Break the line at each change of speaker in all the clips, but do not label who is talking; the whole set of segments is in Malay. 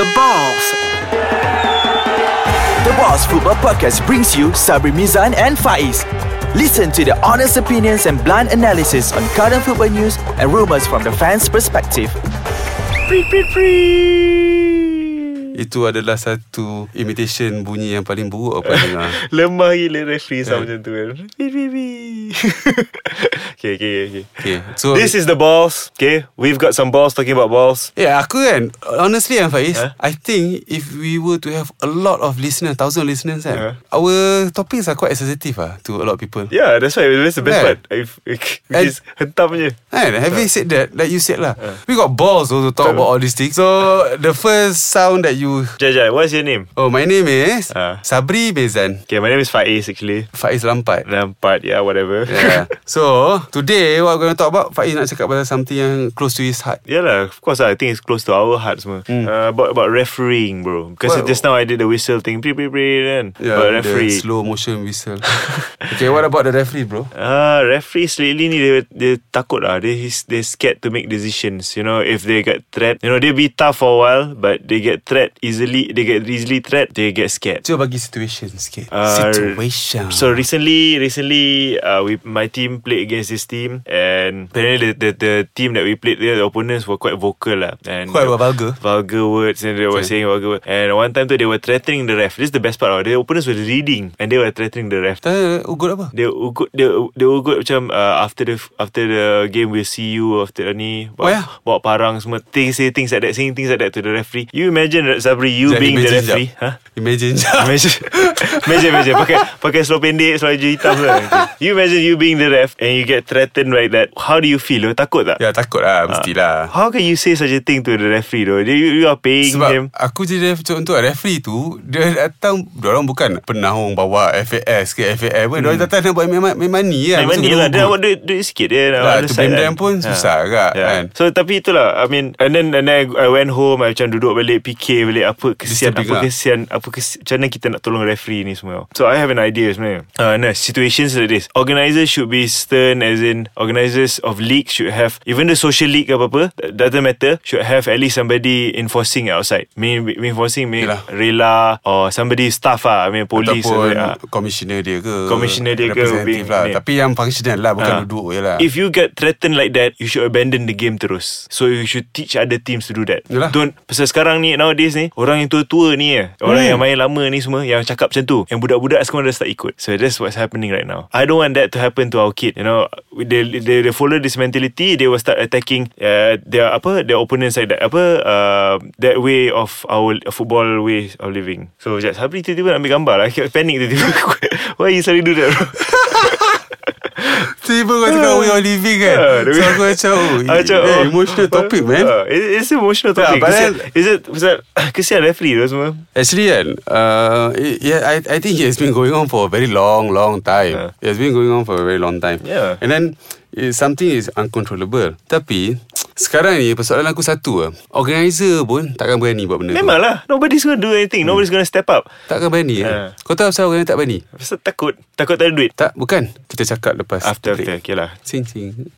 The Balls.
The Boss Football Podcast brings you Sabri Mizan and Faiz. Listen to their honest opinions and blunt analysis on current football news and rumors from the fans' perspective.
Itu adalah satu imitation bunyi yang paling buruk apa yang dengar.
Lemah gila referee sound macam tu kan. Wee, wee, wee. okay, okay, okay.
Okay. So
This is the balls. Okay, we've got some balls talking about balls.
Yeah, aku kan honestly kan Faiz,
Huh?
I think if we were to have a lot of listeners, thousand listeners kan,
Yeah.
our topics are quite sensitive ah to a lot of people.
Yeah, that's why that's the best
Yeah.
part. If which is hentam je.
Kan? Having said that, like you said lah, we got balls also to talk about all these things. So the first sound that you,
Jai Jai, what's your name?
oh my name is
Ah.
Sabri Bezan
Okay, my name is Faiz actually.
Faiz Lampat.
Lampat, yeah, whatever.
Yeah. So today what we're going to talk about Faiz nak cakap pasal something yang close to his heart.
Yeah lah, of course lah, I think it's close to our hearts semua. Uh, about, about refereeing bro. Because
Mm. Well-
just now I did the whistle thing. Pre, pre, pre, then. but
the
referee.
slow motion whistle. okay, what about the referee, bro?
Ah, referees lately ni dia, dia takut lah. They he's, they scared to make decisions. You know, if they get threat, you know, they be tough for a while, but they get threat easily. They get easily threat. They get scared.
Cuba bagi situation sikit.
Ah,
situation.
So recently, recently, uh, we my team played against this team, and apparently the the, the team that we played, the opponents were quite vocal lah, and
Quite vulgar.
vulgar words, and they were
Okay.
saying vulgar words. And one time too, they were threatening the ref. This is the best part. Lah. The opponents were reading, and they were threatening the ref.
Tanya ugut apa?
Dia ugut dia dia ugut macam uh, after the after the game we'll see you after ni
Oh, yeah.
bawa parang semua things say things like that saying things like that to the referee. You imagine Sabri you
Jangan
being the
imagine
referee,
sekejap.
huh?
Imagine sekejap.
Imagine Imagine imagine Pakai pakai slow pendek Selaju hitam lah You imagine you being the ref And you get threatened like that How do you feel though? Takut tak?
Ya takut lah Mestilah
How can you say such a thing to the referee though? You, you are paying
Sebab
him
aku jadi ref- contoh referee tu Dia datang Diorang bukan penaung bawa FAS ke FAM hmm. Diorang datang nak buat main, main, main money kan
Memang
So,
ni
kena
lah Dia kan? nak
ugut.
buat duit, duit sikit dia nak
Lah,
on the
to
side Ha.
blame them pun susah agak, kan?
So tapi itulah I mean And then and then I, I went home I macam duduk balik Fikir balik Apa kesian
Disturbing
Apa
lah.
kesian Apa kesian Macam mana kita nak tolong referee ni semua So I have an idea sebenarnya uh, no, Situations like this Organisers should be stern As in Organisers of league should have Even the social league apa-apa Doesn't matter Should have at least somebody Enforcing outside Mean, mean enforcing mean
Yelah.
Rela Or somebody staff lah I mean police
Ataupun
ah.
Komisioner dia ke
Komisioner dia ke,
Representative
being-
lah
ni.
Tapi yang functional lah Bukan
Ah.
duduk je lah
If you get threatened like that You should abandon the game terus So you should teach other teams to do that
Yalah.
Don't Pasal sekarang ni Nowadays ni Orang yang tua-tua ni eh, Orang
Hmm.
yang main lama ni semua Yang cakap macam tu Yang budak-budak semua dah start ikut So that's what's happening right now I don't want that to happen to our kid You know They, they, they follow this mentality They will start attacking uh, Their apa Their opponents like that Apa uh, That way of Our football way Of living So sekejap Sabri tiba-tiba nak ambil gambar lah I kept panic tiba-tiba Why you suddenly do that bro
Tiba kau cakap We are living kan
Ah, dia-
So aku macam oh,
Ah, macam,
eh,
oh.
Emotional topic man
Ah, it- It's an emotional
Tak,
topic
padahal-
Kesian- Is it Pasal ah, Kesian referee tu semua
Actually kan uh, it- yeah, I, I think it has been going on for a very long long time
Yeah.
It has been going on for a very long time
Yeah.
And then it, Something is uncontrollable Tapi Sekarang ni persoalan aku satu lah Organizer pun takkan berani buat benda tu
Memanglah Nobody's lah. gonna do anything
Hmm.
Nobody's gonna step up
Takkan berani
Yeah.
yeah. Kau tahu pasal organizer tak berani?
Pasal takut Takut tak ada duit
Tak bukan Kita cakap lepas
After
break.
after Okay lah
Sing sing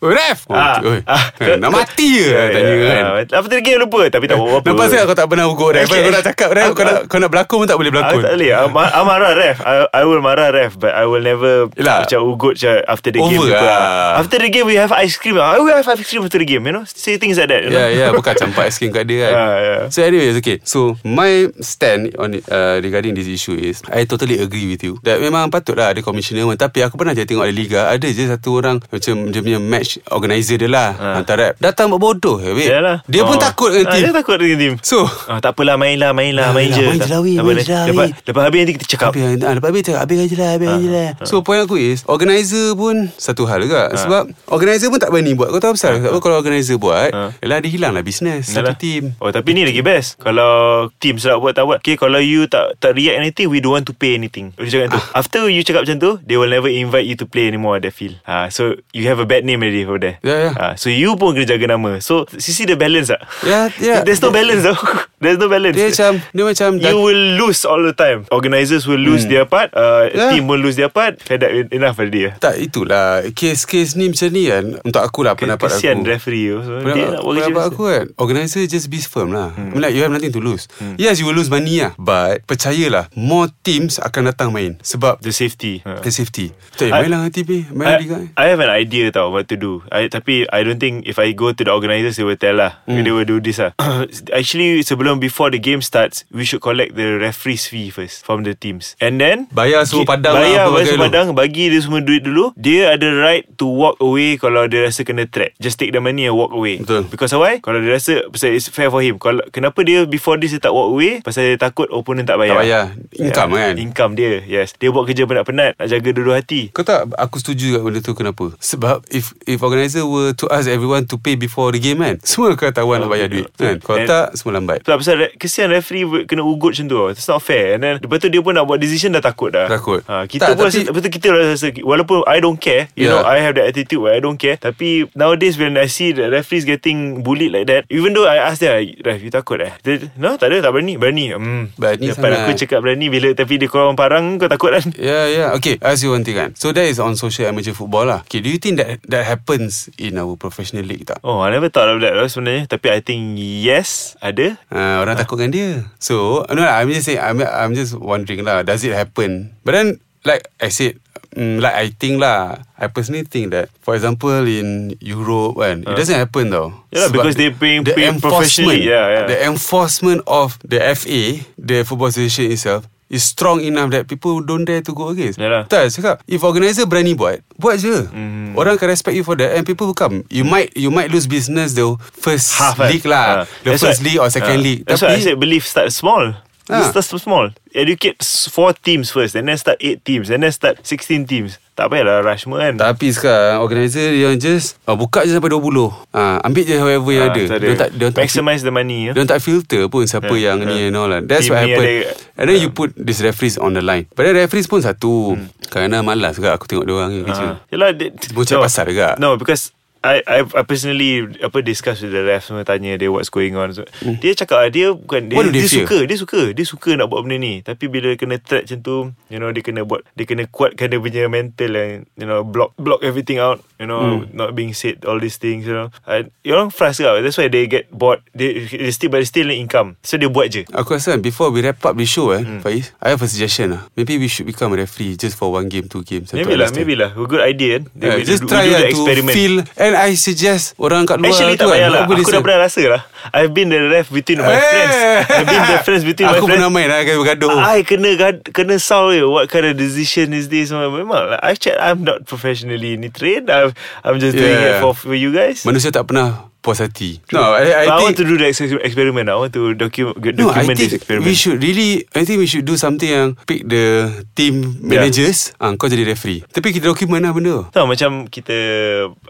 Oi ref oh,
Ah,
oi.
ah,
Eh, Nak mati ke
Ya,
Tanya
ya,
kan Eh,
ah, After the game lupa Tapi tak buat apa-apa
Lepas tu kau tak pernah ukur ref
Okay.
Kau nak cakap ref Kau nak, kau nak berlakon pun tak boleh
Aku
berlakon
tak boleh ah. I, I marah ref I, I will marah ref But I will never
Yelah.
Macam ugut macam After the game
Over
gitu
lah.
After the game We have ice cream I will have ice cream after the game You know Say things like that you
Ya yeah,
know?
ya yeah, Bukan campak ice cream kat dia kan
Ah, yeah.
So anyways okay So my stand on it, uh, Regarding this issue is I totally agree with you That memang patutlah Ada commissioner pun. Tapi aku pernah je tengok di Liga Ada je satu orang Macam dia punya match Organizer dia lah
Ah.
Hantar rap Datang buat bodoh eh, weh.
Yalah.
Dia pun takut dengan
Ah,
team
Dia takut dengan team
So
Ah, tak apalah main lah Main lah
Ah,
main
lah,
je
main je
Tak-
lah, weh,
tak
main
apa,
je lah,
Lepas
weh.
lepas habis nanti kita cakap Ah,
Habis, ah, lepas habis cakap, habis je lah, habis je lah. So, point aku is, organizer pun satu hal
Ah.
juga. Sebab, organizer pun tak berani buat. Kau tahu pasal? Sebab kalau organizer buat,
Ah.
yelah, dia hilang lah bisnes. Satu
Yalah.
team.
Oh tapi ni lagi best Kalau team selap buat tak buat Okay kalau you tak tak react anything We don't want to pay anything
Ah.
Dia cakap tu After Ah, you cakap macam tu They will never invite you to play anymore That feel ha, So you have a bad name already already over there.
Yeah, yeah.
Ah, so you pun kena jaga nama. So you see the balance ah.
Yeah, yeah.
There's no balance though. There's no balance.
Dia macam Dia macam dah-
You will lose all the time. Organisers will lose their part. Uh,
Yeah.
Team will lose their part. Fed up enough already. ah.
Tak itulah Kes-kes ni macam ni kan Untuk akulah pendapat
Kesian
aku
referee you. So, dia nak work
Pendapat
je.
aku kan Organizer just be firm lah hmm. I mean like you have nothing to lose hmm. Yes you will lose money lah But Percayalah More teams akan datang main Sebab
The safety. Ah.
The safety Betul
I-
main lah TV Main lah liga
I, I have an idea tau what to do. I, tapi I don't think if I go to the organisers they will tell lah.
Hmm.
Mm. They will do this lah. Actually sebelum before the game starts, we should collect the referees fee first from the teams. And then
Bayar semua
Ki-
padang lah,
Bayar
apa
bayar
bagai
semua
tu.
padang, bagi dia semua duit dulu. Dia ada right to walk away kalau dia rasa kena track. Just take the money and walk away.
Betul.
Because why? Kalau dia rasa pasal it's fair for him. Kalau kenapa dia before this dia tak walk away? Pasal dia takut opponent tak bayar. Ya,
Tak bayar. Income kan?
Income dia. Yes. Dia buat kerja penat-penat nak jaga dua-dua hati.
Kau tak aku setuju kat benda tu kenapa? Sebab if if organizer were to ask everyone to pay before the game kan, semua akan tawan nak bayar duit kan. Kalau
And-
tak semua lambat.
Sebab pasal re- kesian referee ber- kena ugut macam tu tau. It's not fair. And then lepas tu dia pun nak buat decision dah takut dah.
Takut.
Ha, kita
Tak,
pun
tapi-
rasa, lepas tu kita rasa walaupun I don't care, you
Yeah.
know, I have that attitude where I don't care. Tapi nowadays when I see the referees getting bullied like that, even though I ask them, ref, you takut eh? Dia, no, tak ada, tak berani. Berani. Hmm.
Berani
Dapat
sangat.
aku cakap berani bila tapi dia korang parang kau takut kan?
Yeah, yeah. Ya, Okay, ask you one thing kan. So that is on social amateur football lah. Okay, do you think that that happens in our professional league tak?
Oh, I never thought of that lah sebenarnya. Tapi I think yes, ada.
Uh,
Ah.
orang takut dengan dia. So, no lah, I'm just saying, I'm, I'm just wondering lah, does it happen? But then, like I said, mm, like I think lah, I personally think that, for example, in Europe kan, it doesn't happen tau.
Yeah, Ah. Ya lah, because they paying-
the
paying professionally.
enforcement-
Yeah, yeah.
The enforcement of the FA, the Football Association itself, is strong enough that people don't dare to go against.
Yalah.
Tak, cakap, if organizer berani buat, buat je.
Mhm.
Mm. Orang akan respect you for that and people will come. You might you might lose business the first
half kan?
league
Ah.
lah. The
That's why-
first league or second
ah.
league.
That's why I said believe start small.
Ah.
Just start small. Educate s- four teams first and then start eight teams and then start 16 teams. Tak payahlah rush semua kan.
tapi sekarang organizer yang just uh, buka je sampai 20. Ah ambil je however
Ah,
yang ada.
tak
Dia tak dia tak
Maximize the money. ya.
Dia tak filter pun siapa
Yeah,
yang ni
yeah.
and all lah. That's
Team
what
ni
happened.
ada-
and then you put this referees on the line. But then referees pun satu. Kerana malas juga aku tengok dia orang ni kerja.
Hmm. Ah. Yelah dia,
Bocah pasar juga.
No because I, I I personally apa discuss with the ref semua tanya dia what's going on so, mm. dia cakap ah, dia bukan dia,
Hmm. What do
dia
they fear?
suka dia suka dia suka nak buat benda ni tapi bila kena threat macam tu you know dia kena buat dia kena kuatkan dia punya mental and you know block block everything out you know
Hmm.
mm. not being said all these things you know I, you know frust lah that's why they get bored they, they still but they still need income so dia buat je
Aku rasa kan, before we wrap up the show eh,
Hmm.
Faiz, I have a suggestion lah. Maybe we should become a referee just for one game, two games.
maybe lah maybe lah a good idea kan They
Yeah,
will
just
do-
try
do
lah
the
to
experiment.
feel And I suggest Orang kat luar
Actually
tu
tak
kan,
payah lah
boleh
Aku dah
se-
pernah rasa lah I've been the ref Between my friends I've been the friends Between my
Aku
friends
pernah main lah Kena bergaduh
I kena gad- kena sound je What kind of decision is this Memang lah I check I'm not professionally ni trained I'm, I'm just doing it
Yeah.
for, for you guys
Manusia tak pernah Puas hati No
But I
I, I
want
think
to do the ex- experiment I want to docu- document
No, I
this
think
experiment
we should really I think we should do something yang Pick the team
Yeah.
managers ah, Kau jadi referee Tapi kita document lah benda tu
Tahu macam kita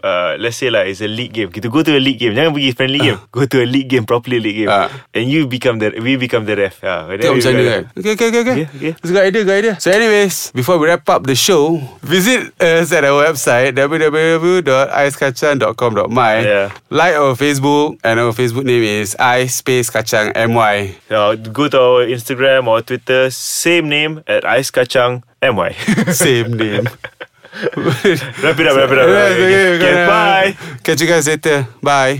uh, Let's say lah It's a league game Kita go to a league game Jangan pergi friendly game Go to a league game Properly league game
Ah.
And you become the We become the ref uh,
Tengok macam mana kan Okay okay okay, okay.
Okay, okay.
It's a good idea good idea So anyways Before we wrap up the show Visit us at our website www.aiskacang.com.my
Yeah.
Like our Facebook And our Facebook name is Ais Space Kacang MY
Uh, go to our Instagram or Twitter, same name at Ice Kacang MY.
Same name
wrap it up, wrap it up. Wrap it up. Okay, okay, bye.
Catch you guys later Bye